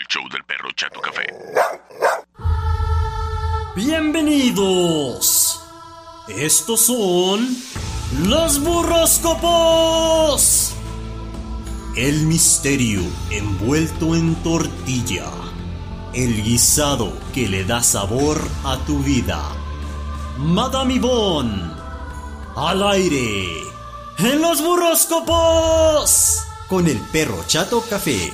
show del perro Chato Café. Bienvenidos. Estos son los burroscopos. El misterio envuelto en tortilla. El guisado que le da sabor a tu vida. Madame Yvonne. Al aire. En los burroscopos. Con el perro Chato Café.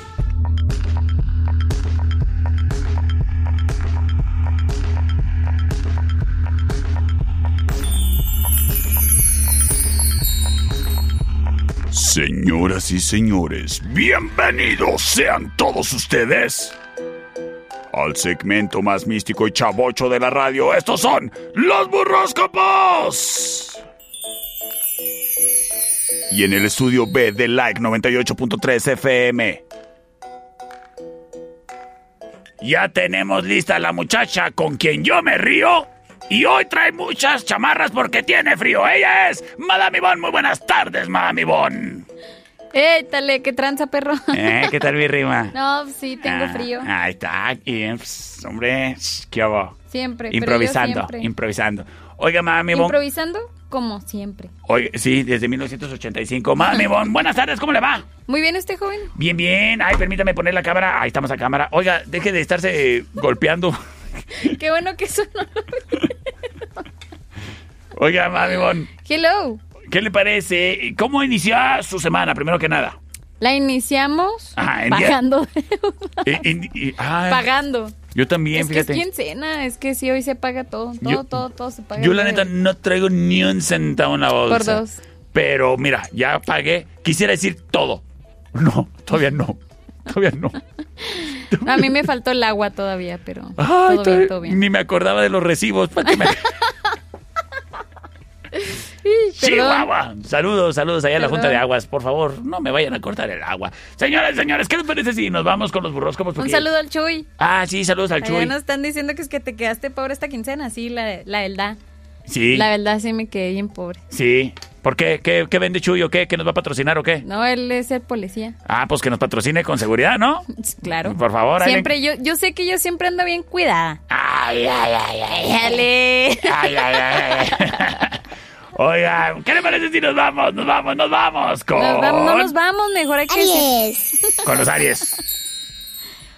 Señoras y señores, bienvenidos sean todos ustedes al segmento más místico y chavocho de la radio. Estos son los burroscopos. Y en el estudio B de Like 98.3 FM. Ya tenemos lista la muchacha con quien yo me río. Y hoy trae muchas chamarras porque tiene frío. Ella es Madame Ivonne. Muy buenas tardes, Madame Ivonne. ¡Ey, tale! ¡Qué tranza, perro! ¿Eh? ¿Qué tal mi rima? No, sí, tengo Ah, frío. Ahí está, aquí, eh, pss, hombre, pss, qué hago? Siempre. pero yo Improvisando, siempre. improvisando. Oiga, mami, bon, Improvisando como siempre. oiga, sí, desde 1985. Mami, bon, buenas tardes, ¿cómo le va? Muy bien, usted joven. Bien, bien. Ay, permítame poner la cámara. Ahí estamos a cámara. Oiga, deje de estarse eh, golpeando. Qué bueno que sonó. Oiga, mami, bon, Hello. ¿qué le parece? ¿Cómo inició su semana, primero que nada? La iniciamos Ah, en día- pagando. Eh, eh, eh, ay, pagando. Yo también, es que es fíjate. quincena. Es que sí, hoy se paga todo. Todo, Yo- todo, todo se paga. Yo el la día neta de hoy. no traigo ni un centavo en la bolsa. Por dos. Pero mira, ya pagué. Quisiera decir todo. No, todavía no. Todavía no. No, A mí me faltó el agua todavía, pero Ay, todo todavía- bien, todo bien. Ni me acordaba de los recibos. ¿Para qué me- Perdón. Chihuahua. Saludos, saludos allá a la Perdón. Junta de Aguas. Por favor, no me vayan a cortar el agua. Señores, señores, ¿qué les parece si nos vamos con los burroscopos? Un Porque- saludo al Chuy. Ah, sí, saludos al Allá Chuy. nos están diciendo que es que te quedaste pobre esta quincena. Sí, la, la verdad. Sí, La verdad sí me quedé bien pobre. sí. ¿Por qué? ¿Qué, qué vende Chuy o qué? ¿Qué nos va a patrocinar o qué? No, él es el policía. Ah, pues que nos patrocine con seguridad, ¿no? Claro. Por favor, ahí le- Siempre yo, yo sé que yo siempre ando bien cuidada. Ay, ay, ay, ay, ay. Dale. Ay, ay, ay, ay. Oigan, ¿qué le parece si nos vamos? Nos vamos, nos vamos con, Nos vamos, no nos vamos, mejor hay que decir- con los Aries.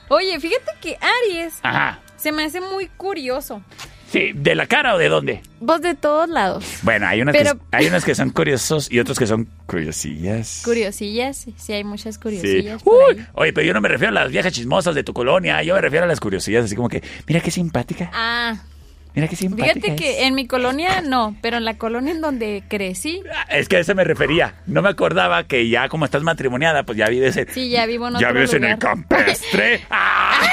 Oye, fíjate que Aries Ajá. se me hace muy curioso. Sí, ¿de la cara o de dónde? Vos de todos lados. Bueno, hay unas, Pero- que, hay unas que son curiosos y otros que son curiosillas. Curiosillas, sí, sí hay muchas Sí. curiosillas. por Uy, ahí. oye, pero yo no me refiero a las viejas chismosas de tu colonia, yo me refiero a las curiosillas, así como que, mira qué simpática, Ah, mira qué simpática. fíjate que en mi colonia no, pero en la colonia en donde crecí, Ah, Es que a eso me refería. No me acordaba que ya como estás matrimoniada, pues ya vives en... Sí, ya vivo en Ya otro vives en el lugar. campestre. ¡Ay!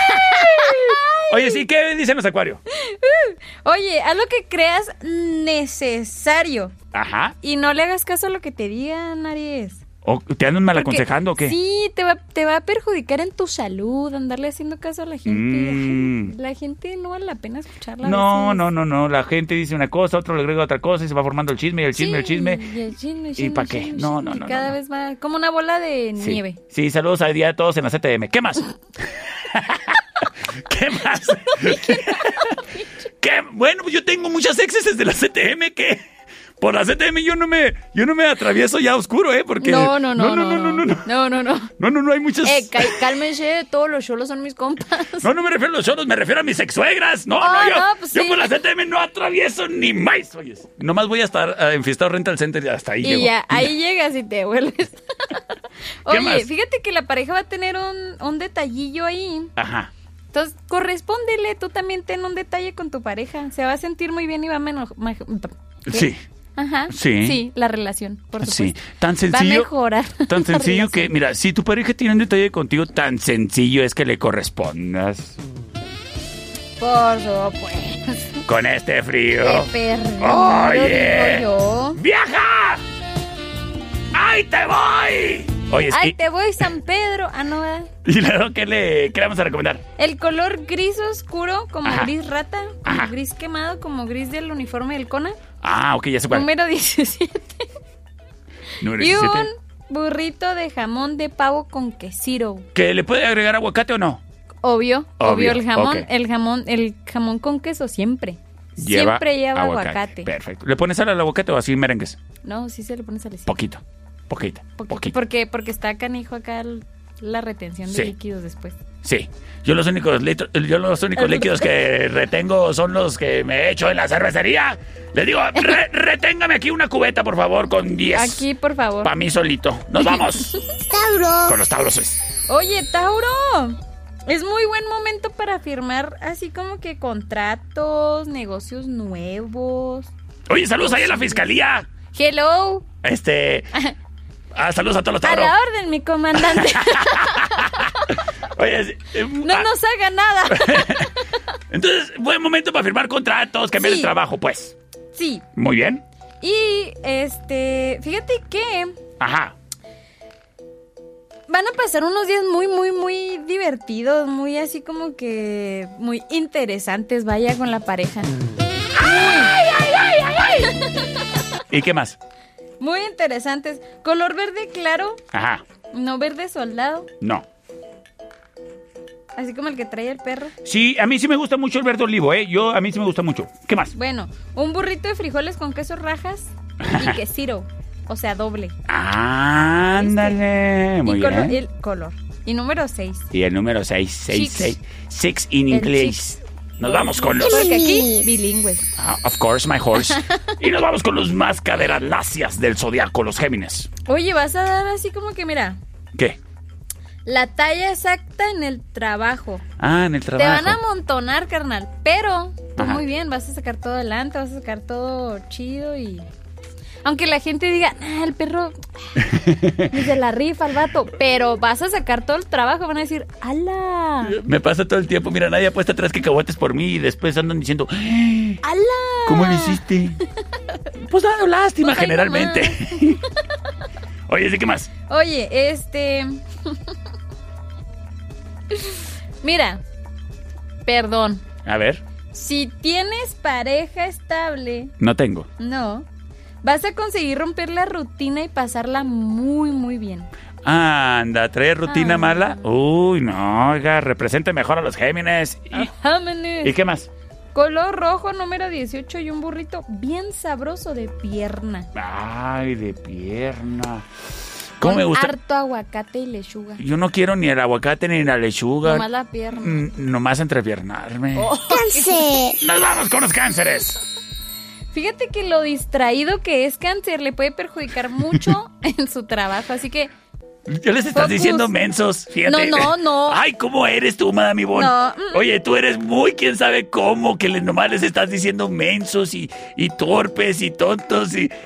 Oye, sí, ¿qué dicen los acuarios? oye, haz lo que creas necesario Ajá. y no le hagas caso a lo que te digan, Aries. ¿O ¿Te andan mal Porque aconsejando o qué? Sí, te va, te va a perjudicar en tu salud andarle haciendo caso a la gente. Mm. La gente no vale la pena escucharla. a No, veces. no, no, no. La gente dice una cosa, otro le agrega otra cosa y se va formando el chisme y el Sí, chisme, el chisme. Y el chisme, ¿Y chisme, pa' qué? chisme, No, chisme, no, no, y Cada no, no. vez más. Como una bola de Sí. nieve. Sí, saludos al día a todos en la CTM. ¿Qué más? ¿Qué más? ¿Qué? Bueno, pues yo tengo muchas exes desde la CTM que por la CTM yo no me yo no me atravieso ya oscuro, ¿eh? Porque No, no, no, no, no, no, no, no, no, no, no. no, no, no, hay muchas. Eh, cá- cálmense, todos los cholos son mis compas. No, no me refiero a los choros, me refiero a mis ex-suegras. No, Ah, no, yo, no, pues yo sí. por la CTM no atravieso ni más. Oye, nomás voy a estar eh, enfiestado Rental Center y hasta ahí Y llego. ya, ahí llegas y te vuelves. Oye, más? fíjate que la pareja va a tener un, un detallillo ahí. Ajá. Entonces, correspóndele, tú también ten un detalle con tu pareja. Se va a sentir muy bien y va a meno- ma- ¿qué? Sí. Ajá. Sí. Sí, la relación, por Sí, supuesto. tan Va a sencillo. mejorar. Tan la sencillo que, relación. mira, si tu pareja tiene un detalle contigo, tan sencillo es que le correspondas Por supuesto. con este frío. Te perdí, Oye. lo digo yo. ¡Vieja! ¡Ahí te voy! Oye, es Ay, que- te voy, San Pedro. Ah, no, ¿verdad? ¿y luego qué le, qué le vamos a recomendar? El color gris oscuro, como Ajá. gris rata, como Ajá. gris quemado, como gris del uniforme del CONA. Ah, ok, ya sé cuál. Número 17. Número Y 17. un burrito de jamón de pavo con quesiro. ¿Que le puede agregar aguacate o no? Obvio, obvio, Obvio, el jamón, ok. el jamón, el jamón con queso siempre. siempre lleva aguacate. Perfecto. ¿Le pones sal al aguacate o así merengues? No, sí se le pone salecita. Poquito. Poquita. Poquito, Poquito. Porque, porque está canijo acá el- la retención de Sí. líquidos después. Sí. Yo los únicos litro- yo los únicos líquidos que retengo son los que me echo en la cervecería. Le digo, "Re- reténgame aquí una cubeta, por favor, con 10. Aquí, por favor. Para mí solito. Nos vamos. Tauro. Con los tauros. Oye, Tauro, es muy buen momento para firmar así como que contratos, negocios nuevos. Oye, saludos ahí a la fiscalía. Hello, Este. ah, saludos a todos los a tauros. la orden, mi comandante. Oye, sí, eh, No ah, nos haga nada. entonces, buen momento para firmar contratos, cambiar Sí. el trabajo, pues. Sí, Muy bien. y este, fíjate que Ajá. van a pasar unos días muy, muy, muy divertidos, muy así como que muy interesantes, vaya con la pareja. ¿Y qué más? Muy interesantes. Color verde claro, Ajá. no verde soldado, No. así como el que trae el perro. Sí, a mí sí me gusta mucho el verde olivo, ¿eh? Yo, a mí sí me gusta mucho. ¿Qué más? Bueno, un burrito de frijoles con queso rajas y quesiro, o sea, doble. Ándale. Muy Este, y colo- bien. el color. Y número 6. Y el número 6, 6, Chicks. 6. Six in El English. Nos vamos con los. Porque aquí, bilingües. Ah, of course, my horse. y nos vamos con los más caderas lacias del zodiaco, los Géminis. Oye, vas a dar así como que, mira, ¿Qué? la talla exacta en el trabajo. Ah, en el trabajo. Te van a amontonar, carnal. Pero tú Ajá. muy bien, vas a sacar todo adelante, vas a sacar todo chido y. Aunque la gente diga, ah, el perro desde la rifa al vato, pero vas a sacar todo el trabajo, van a decir, ¡ala! Me pasa todo el tiempo. Mira, nadie apuesta tres cacahuates por mí y después andan diciendo, "Ah, ¡ala! ¿cómo lo hiciste? pues dando lástima, Pues ahí generalmente. Oye, ¿sí qué más? Oye, este. Mira, perdón. A ver, Si tienes pareja estable, no tengo. no. Vas a conseguir romper la rutina y pasarla muy, muy bien. Anda, trae rutina Ah. mala. Uy, no, oiga, represente mejor a los Géminis. ¿Y, Vámonos. ¿y qué más? Color rojo número 18 y un burrito bien sabroso de pierna. Ay, de pierna. ¿Cómo Con me gusta? Harto aguacate y lechuga. Yo no quiero ni el aguacate ni la Oh. lechuga. Nomás la pierna. Mm, Nomás entrepiernarme. ¡Nos vamos con los cánceres! Fíjate que lo distraído que es cáncer le puede perjudicar mucho en su trabajo, así que Ya les estás Focus. diciendo mensos, fíjate. No, no, no. Ay, ¿cómo eres tú, Madame Ivonne? No, mm. Oye, tú eres muy quién sabe cómo, que le- nomás les estás diciendo mensos y, y torpes y tontos y...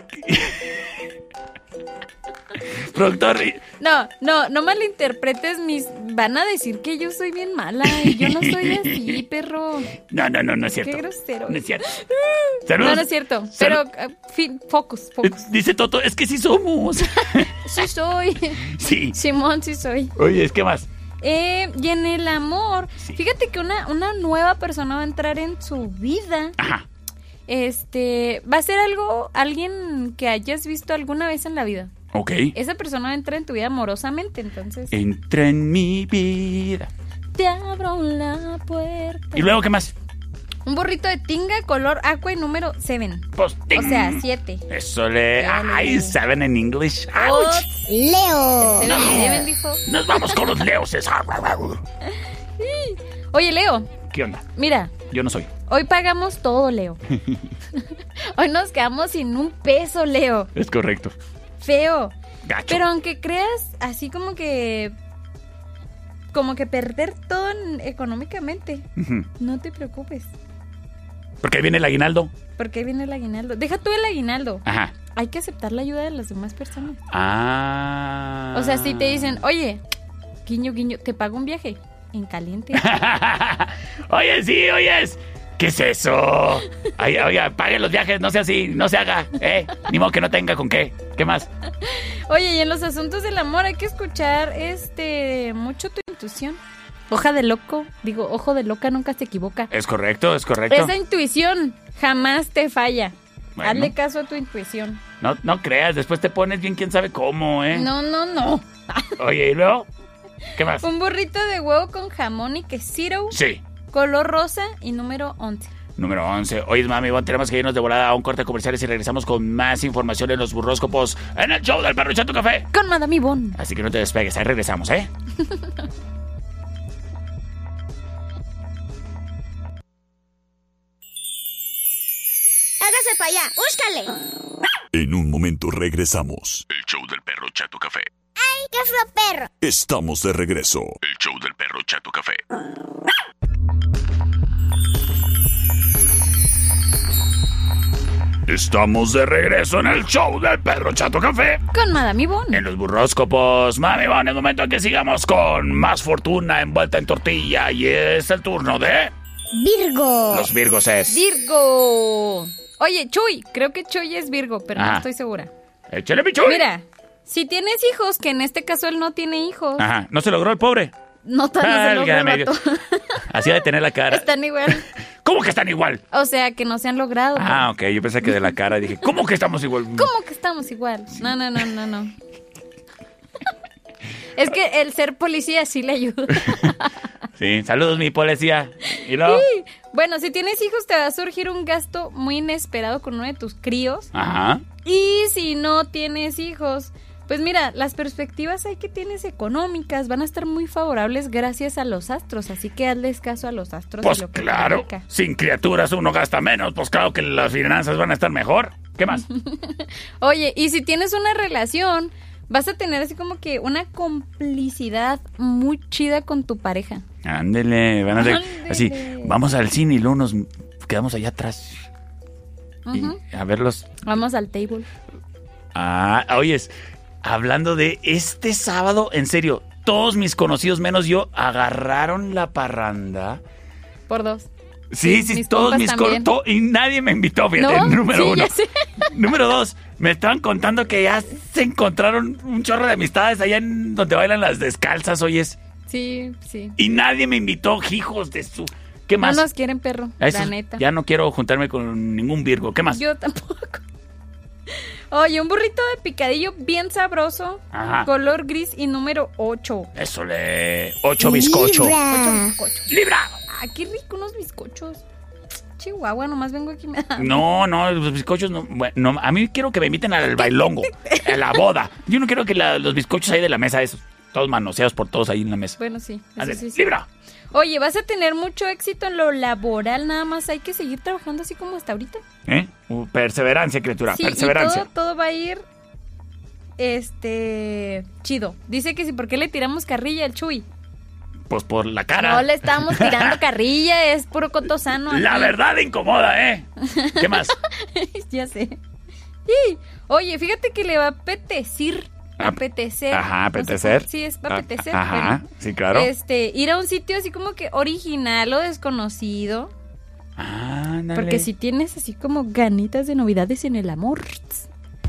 Productor, y- no, no, no malinterpretes mis... Van a decir que yo soy bien mala y yo no soy así, perro. no, no, no, no es cierto. grosero. No es cierto. No, Saludos. no es cierto, pero Salud. eh, fin, focus, Eh, focus. Dice Toto, es que sí somos. Sí soy, sí. Simón, sí soy. Oye, es que más. Eh, y en el amor, Sí. fíjate que una, una nueva persona va a entrar en su vida. Ajá. Este, va a ser algo, alguien que hayas visto alguna vez en la vida. Ok. Esa persona va a entrar en tu vida amorosamente, entonces. Entra en mi vida. Te abro la puerta. ¿Y luego qué más? Un burrito de tinga color aqua y número 7. Posting. O sea, 7. Eso le. Ya le Ay, digo. saben en inglés. Oh. Leo. Seven dijo. Nos vamos con los leoses. Oye, Leo, ¿Qué onda? mira, Yo no soy. hoy pagamos todo, Leo. hoy nos quedamos sin un peso, Leo. Es correcto. Feo. Gacho. Pero aunque creas así como que... Como que perder todo en- económicamente. Ujú. No te preocupes. Porque ahí viene el aguinaldo. Porque ahí viene el aguinaldo. Deja tú el aguinaldo. Ajá. Hay que aceptar la ayuda de las demás personas. Ah. O sea, si te dicen, oye, guiño, guiño, te pago un viaje en caliente. oye, sí, oyes. ¿Qué es eso? Ay, oiga, pague los viajes, no sea así, no se haga, ¿eh? Ni modo que no tenga con qué. ¿Qué más? Oye, y en los asuntos del amor hay que escuchar este mucho tu intuición. Hoja de loco, digo, ojo de loca nunca se equivoca. Es correcto, es correcto. Esa intuición jamás te falla. Bueno. eh, Hazle caso a tu intuición. No, no creas, después te pones bien quién sabe cómo, ¿eh? No, no, no. Oye, ¿y luego? ¿Qué más? Un burrito de huevo con jamón y quesito. Sí. Color rosa y número 11. Número 11. Oye, mami, bueno, tenemos que irnos de volada a un corte comercial y regresamos con más información en los burróscopos en el show del perro Chato Café. Con Madame Ivonne. Así que no te despegues, ahí regresamos, ¿eh? Hágase para allá, búscale. En un momento regresamos. El show del perro Chato Café. ¡Ay, qué feo perro! Estamos de regreso. El show del perro Chato Café. Estamos de regreso en el show del perro Chato Café. Con Madame Ivonne. En los burróscopos, mami, bueno, es momento en que sigamos con más fortuna envuelta en tortilla y es el turno de Virgo. los Virgos es. Virgo. Oye, Chuy. Creo que Chuy es Virgo, pero Ah. no estoy segura. Échale, pichón. Mira, si tienes hijos, que en este caso él no tiene hijos, Ajá, no se logró el pobre. no Ah, tan se logra, Válgame vato. Dios. Así ha de tener la cara. Están igual. ¿Cómo que están igual? O sea, que no se han logrado. Ah, mm. ok, yo pensé que de la cara dije, ¿cómo que estamos igual? ¿Cómo que estamos igual? No, no, no, no, no. Es que el ser policía sí le ayuda. Sí, saludos, mi policía. Y luego. Sí. Bueno, si tienes hijos te va a surgir un gasto muy inesperado con uno de tus críos. Ajá. Y si no tienes hijos, pues mira, las perspectivas hay que tienes económicas van a estar muy favorables gracias a los astros. Así que hazles caso a los astros. y Pues lo que te claro, indica. sin criaturas uno gasta menos, pues claro que las finanzas van a estar mejor. ¿Qué más? Oye, y si tienes una relación, vas a tener así como que una complicidad muy chida con tu pareja. Ándele, van a hacer Ándele. así, vamos al cine y luego nos quedamos allá atrás. Y Ujú. a verlos. Vamos al table. Ah, oyes, hablando de este sábado, en serio, todos mis conocidos menos yo agarraron la parranda. Por dos. Sí, sí, mis todos compas mis cor- también. to- y nadie me invitó, fíjate, ¿No? número Sí, uno. ya sé. Número dos, me estaban contando que ya se encontraron un chorro de amistades allá en donde bailan las descalzas, oyes. Sí, sí. Y nadie me invitó, hijos de su. ¿Qué más? No nos quieren, perro. A esos la neta. Ya no quiero juntarme con ningún Virgo. ¿Qué más? Yo tampoco. Oye, un burrito de picadillo bien sabroso, Ajá. color gris y número 8. Eso le. Ocho bizcocho. Libra. ¡Libra! Ah, qué rico unos bizcochos. Chihuahua, nomás vengo aquí. y me da- No, no, los bizcochos no, bueno, no, A mí quiero que me inviten al bailongo, a la boda. Yo no quiero que la- los bizcochos ahí de la mesa, esos, todos manoseados por todos ahí en la mesa. Bueno, sí. eso Ándale, sí, sí. ¡Libra! Oye, vas a tener mucho éxito en lo laboral, nada más hay que seguir trabajando así como hasta ahorita. ¿Eh? Uh, perseverancia, criatura, sí, y perseverancia. todo, todo va a ir este chido. Dice que sí, ¿por qué le tiramos carrilla al Chuy? Pues por la cara. No le estamos tirando carrilla, es puro cotosano. La verdad incomoda, ¿eh? ¿Qué más? ya sé. Y, oye, fíjate que le va a apetecer. Ah, Apetecer. ajá, no sé apetecer. cómo- sí, es va a apetecer. Ah, Ajá, bueno. sí, claro. Este, ir a un sitio así como que original o desconocido. Ándale. Porque si tienes así como ganitas de novedades en el amor,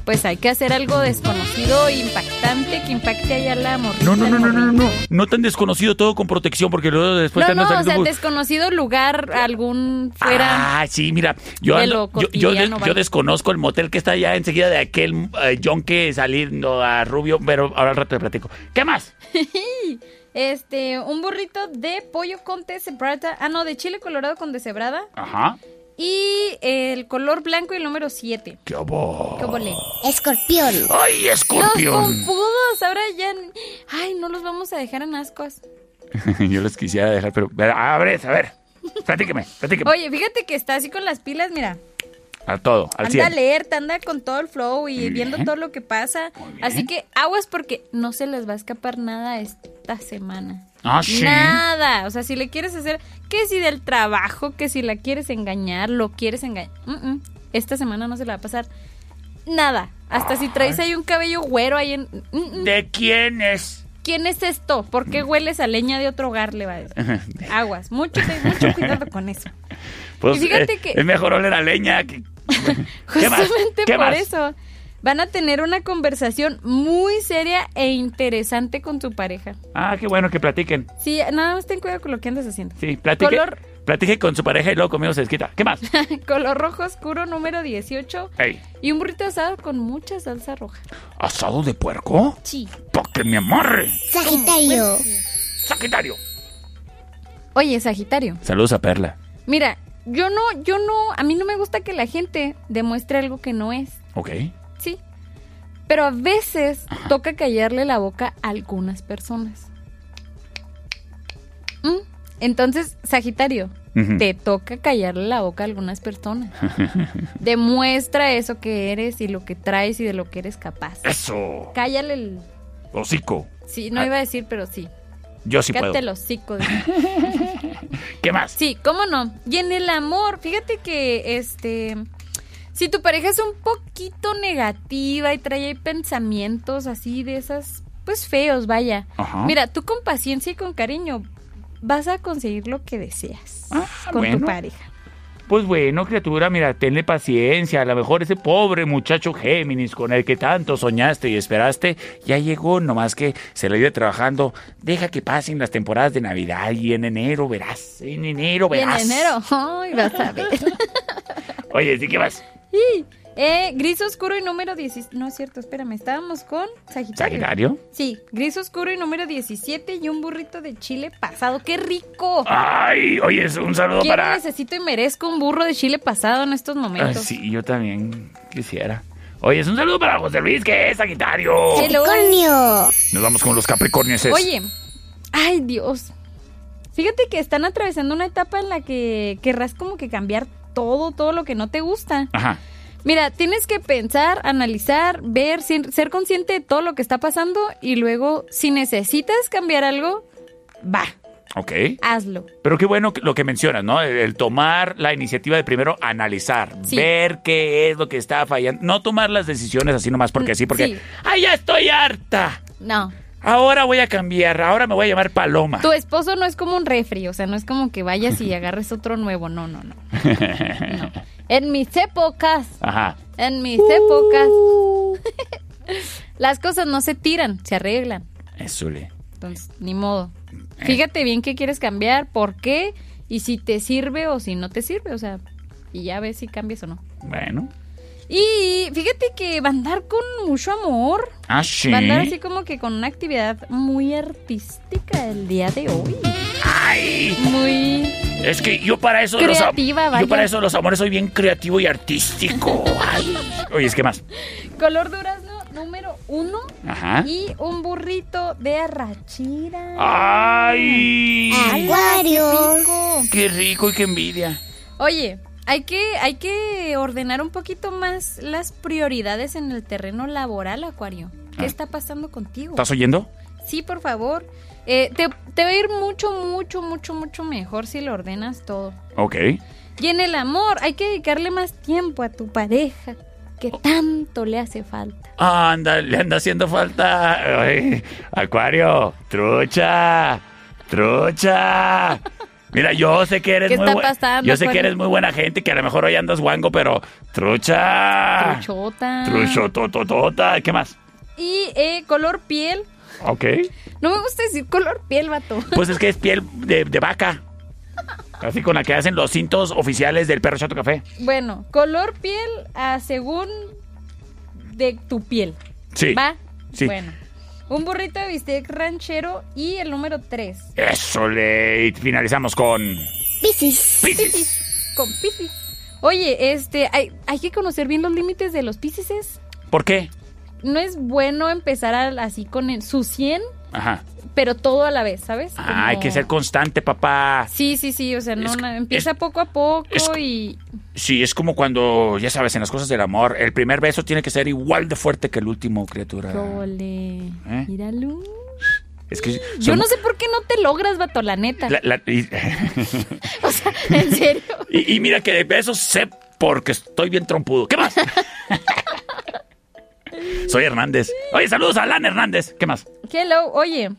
pues hay que hacer algo desconocido, impactante, que impacte allá la amor. No, no, no, no, no, no, no. No tan desconocido todo con protección, porque luego después te No, andas no, o saliendo sea, bu- desconocido lugar, algún fuera. Ah, sí, mira, yo, de ando- lo yo, yo de- cotidiano, yo vaya. desconozco el motel que está allá enseguida de aquel eh, John que saliendo a Rubio, pero ahora al rato te platico. ¿Qué más? Este, un burrito de pollo con deshebrada. Ah, no, de chile colorado con deshebrada. Ajá. Y el color blanco y el número 7. ¿Qué obo? ¿Qué volé? Escorpión. ¡Ay, Los escorpión! compudos, ahora ya. n- Ay, no los vamos a dejar en ascuas. yo los quisiera dejar, pero. A ver, a ver. Platíqueme, platíqueme. Oye, fíjate que está así con las pilas, mira. A todo, al 100. Anda alerta, anda con todo el flow y Muy viendo bien. todo lo que pasa. Muy bien. Así que aguas porque no se les va a escapar nada esta semana. Ah, sí. Nada. O sea, si le quieres hacer, que si del trabajo, que si la quieres engañar, lo quieres engañar. Mm, mm. Esta semana no se la va a pasar nada. Hasta si traes ahí un cabello güero ahí en... mm, mm. ¿De quién es? ¿Quién es esto? ¿Por qué hueles a leña de otro hogar? Le va a decir. Aguas. Mucho, ten- mucho cuidado con eso. Y fíjate eh, que- Es mejor oler a leña que. ¿Qué más? Justamente ¿Qué por más? eso. Van a tener una conversación muy seria e interesante con tu pareja. Ah, qué bueno que platiquen. Sí, nada más ten cuidado con lo que andas haciendo. Sí, platiquen. Color Platique con su pareja y luego conmigo se desquita. ¿Qué más? Color rojo oscuro número 18. Ey, Y un burrito asado con mucha salsa roja. ¿asado de puerco? Sí. ¡Pa' que me amarre! Oh, Sagitario. ¡Sagitario! Oye, Sagitario. Saludos a Perla. Mira, yo no, yo no, a mí no me gusta que la gente demuestre algo que no es. Ok. Sí. Pero a veces toca callarle la boca a algunas personas. Mm, Entonces, Sagitario, Ujú. te toca callarle la boca a algunas personas. Demuestra eso que eres y lo que traes y de lo que eres capaz. ¡Eso! Cállale el... Hocico. Sí, no Ah. iba a decir, pero sí. Yo sí puedo. Cállate el hocico. dijo. ¿Qué más? Sí, cómo no. Y en el amor, fíjate que este. Si tu pareja es un poquito negativa y trae ahí pensamientos así de esas, pues feos, vaya. Ajá. Mira, tú con paciencia y con cariño vas a conseguir lo que deseas Ah, con tu bueno. pareja. Pues bueno, criatura, mira, tenle paciencia. A lo mejor ese pobre muchacho Géminis con el que tanto soñaste y esperaste ya llegó, nomás que se le iba trabajando. Deja que pasen las temporadas de Navidad y en enero verás. En enero Y en verás. enero, ay, vas a ver. Oye, ¿sí qué más? Y, eh, gris oscuro y número 10. No es cierto, espérame, estábamos con Sagitario. ¿Sagitario? Sí, gris oscuro y número 17 y un burrito de chile pasado. ¡Qué rico! Ay, oye, es un saludo ¿Quién para. necesito y merezco un burro de chile pasado en estos Ay, momentos? Ah, sí, yo también quisiera. Oye, es un saludo para José Luis, que es Sagitario. Sí, lo- Capricornio. Nos vamos con los Capricornios. Oye, ay Dios. Fíjate que están atravesando una etapa en la que querrás como que cambiar todo, todo lo que no te gusta. Ajá. Mira, tienes que pensar, analizar, ver, sin- ser consciente de todo lo que está pasando y luego, si necesitas cambiar algo, va, Ok. hazlo. Pero qué bueno que- lo que mencionas, ¿no? El, el tomar la iniciativa de primero analizar, Sí. ver qué es lo que está fallando. No tomar las decisiones así nomás porque Mm, sí, porque. sí. ¡Ay, ya estoy harta! No, Ahora voy a cambiar, ahora me voy a llamar Paloma. tu esposo no es como un refri, o sea, no es como que vayas y agarres otro nuevo, no, no, no. no. En mis épocas Ajá. En mis épocas. Las cosas no se tiran, se arreglan. Eso le. Entonces, ni modo. Fíjate bien qué quieres cambiar, por qué y si te sirve o si no te sirve. O sea, y ya ves si cambias o no. Bueno. Y fíjate que va a andar con mucho amor. Ah, sí. Va a andar así como que con una actividad muy artística el día de hoy. Muy. Es que yo para eso de los am- Creativa, vaya. Yo para eso de los amores soy bien creativo y artístico. Ay. Oye, es que más. Color durazno número uno. Ajá. Y un burrito de arrachira. Ah. Ay. Acuario. Rico. Qué rico y qué envidia. Oye, hay que, hay que ordenar un poquito más las prioridades en el terreno laboral, Acuario. ¿Qué Ah. está pasando contigo? ¿Estás oyendo? Sí, por favor. Eh, te, te va a ir mucho, mucho, mucho, mucho mejor si lo ordenas todo. Ok. Y en el amor, hay que dedicarle más tiempo a tu pareja, que Oh. tanto le hace falta. Anda, le anda haciendo falta. Ay, acuario, trucha, trucha. Mira, yo sé que eres ¿Qué muy está buen- pasando, Yo sé que Acuario? eres muy buena gente, que a lo mejor hoy andas guango, pero trucha. Truchota. Truchotototota. ¿Qué más? Y eh, color piel. Ok. No me gusta decir color piel, vato. Pues es que es piel de, de vaca. Así con la que hacen los cintos oficiales del perro chato café. Bueno, color piel a según de tu piel. Sí. ¿Va? Sí. Bueno. Un burrito de bistec ranchero y el número 3. Eso le. y Finalizamos con. Piscis. Piscis. Con piscis. Oye, este, hay, hay que conocer bien los límites de los piscises. ¿Por qué? No es bueno empezar al- así con el- su 100, Ajá. pero todo a la vez, ¿sabes? Ah, hay Como- que ser constante, papá. Sí, sí, sí, o sea, no, Es- na- empieza es- poco a poco es- y... Sí, es como cuando, ya sabes, en las cosas del amor, el primer beso tiene que ser igual de fuerte que el último, criatura. ¡Ole! Ah. ¿Eh? Míralo. Es que Yo somos- no sé por qué no te logras, vato, la neta. la- la- y, O sea, en serio. y- y mira que de besos sé porque estoy bien trompudo. ¿Qué más? Soy Hernández. Oye, saludos a Alan Hernández. ¿Qué más? Hello, oye.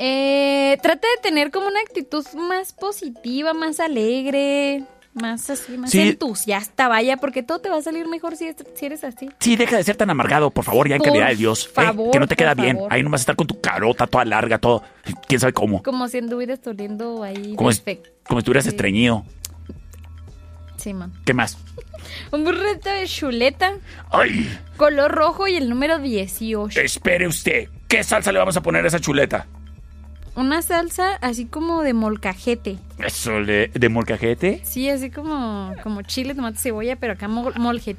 Eh, trata de tener como una actitud más positiva, más alegre. Más así, más Sí. entusiasta, vaya, porque todo te va a salir mejor si, es- si eres así. Sí, deja de ser tan amargado, por favor, ya en Por calidad de Dios. ¿eh? favor, que no te por queda bien. favor. Ahí no vas a estar con tu carota toda larga, todo. Quién sabe cómo. Como si anduvieras oliendo ahí. Como, si- perfecto. como si estuvieras Sí. estreñido. Sí, man. ¿Qué más? Un burrito de chuleta, ¡Ay! color rojo y el número 18. Espere usted. ¿Qué salsa le vamos a poner a esa chuleta? Una salsa así como de molcajete. Eso le- de molcajete. Sí, así como, como chile, tomate, cebolla, pero acá mol, molje-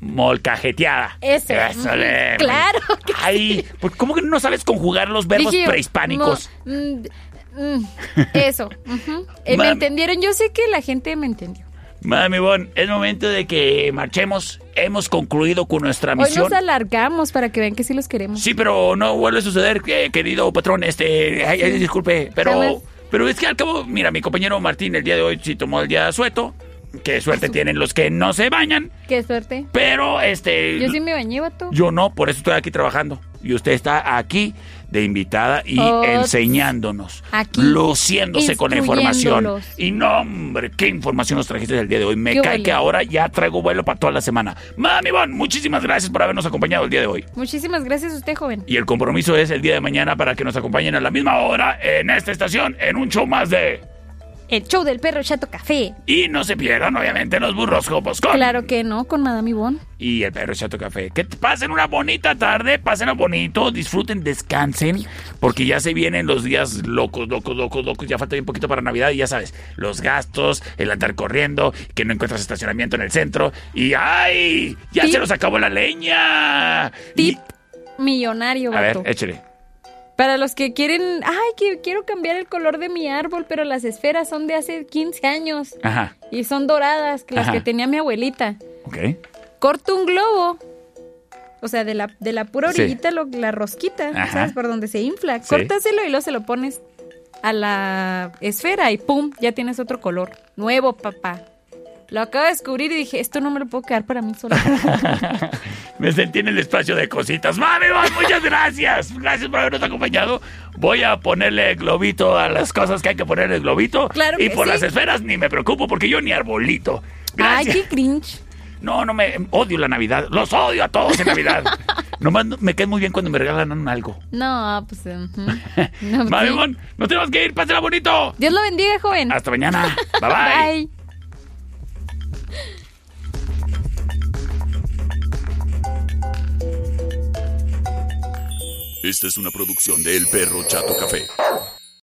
Molcajeteada. Eso. Eso le- Mm, Claro que Ay, pues, ¿cómo que no sabes conjugar los verbos Dije yo, prehispánicos? mo- mm, mm, eso. ujú. Eh, Mami. ¿Me entendieron? Yo sé que la gente me entendió. Mami Bon, es momento de que marchemos. Hemos concluido con nuestra Hoy misión. nos alargamos para que vean que sí los queremos. Sí, pero no vuelve a suceder, eh, querido patrón. Este, ay, ay, disculpe, Jamás. pero, pero es que al cabo, mira, mi compañero Martín el día de hoy sí tomó el día de sueto. Qué suerte tienen los que no se bañan, Qué suerte. pero este. Yo sí me bañé, vato. yo no, por eso estoy aquí trabajando. Y usted está aquí de invitada y Oh, enseñándonos, aquí, luciéndose con la información. instruyéndolos. Y no, hombre, qué información nos trajiste el día de hoy. Me Qué cae que bueno. ahora ya traigo vuelo para toda la semana. Mami Bon, muchísimas gracias por habernos acompañado el día de hoy. Muchísimas gracias a usted, joven. Y el compromiso es el día de mañana para que nos acompañen a la misma hora en esta estación, en un show más de... El show del perro chato café. Y no se pierdan, obviamente, los burroscopos con... Claro que no, con Madame Ivonne. Y el perro Chato Café. Que te pasen una bonita tarde, pasen bonito, disfruten, descansen, porque ya se vienen los días locos, locos, locos, locos. Ya falta bien poquito para Navidad y ya sabes, los gastos, el andar corriendo, que no encuentras estacionamiento en el centro. Y ¡ay! ¡Ya Tip. se nos acabó la leña! Tip Y- millonario, a ver, eh. vato. échale. Para los que quieren, ay, que quiero cambiar el color de mi árbol, pero las esferas son de hace 15 años Ajá. y son doradas, que las Ajá. que tenía mi abuelita. Ok. Corto un globo. O sea, de la, de la pura Sí. orillita, lo- la rosquita, Ajá. ¿sabes? Por donde se infla. Sí. Córtaselo y luego se lo pones a la esfera y ¡pum! Ya tienes otro color. Nuevo, papá. Lo acabo de descubrir y dije, esto no me lo puedo quedar para mí solo. Me sentí en el espacio de cositas. ¡Mami, mami, muchas gracias! Gracias por habernos acompañado. Voy a ponerle globito a las cosas que hay que ponerle globito. Claro Y que por sí. las esferas ni me preocupo porque yo ni arbolito. Ay, Gracias. qué cringe. No, no me odio la Navidad. Los odio a todos en Navidad. Nomás no- me cae muy bien cuando me regalan un algo. No, pues. ujú. No, pues, Mami, sí. mami, nos tenemos que ir. Pásela bonito. Dios lo bendiga, joven. Hasta mañana. Bye bye. Bye. Esta es una producción de El Perro Chato Café.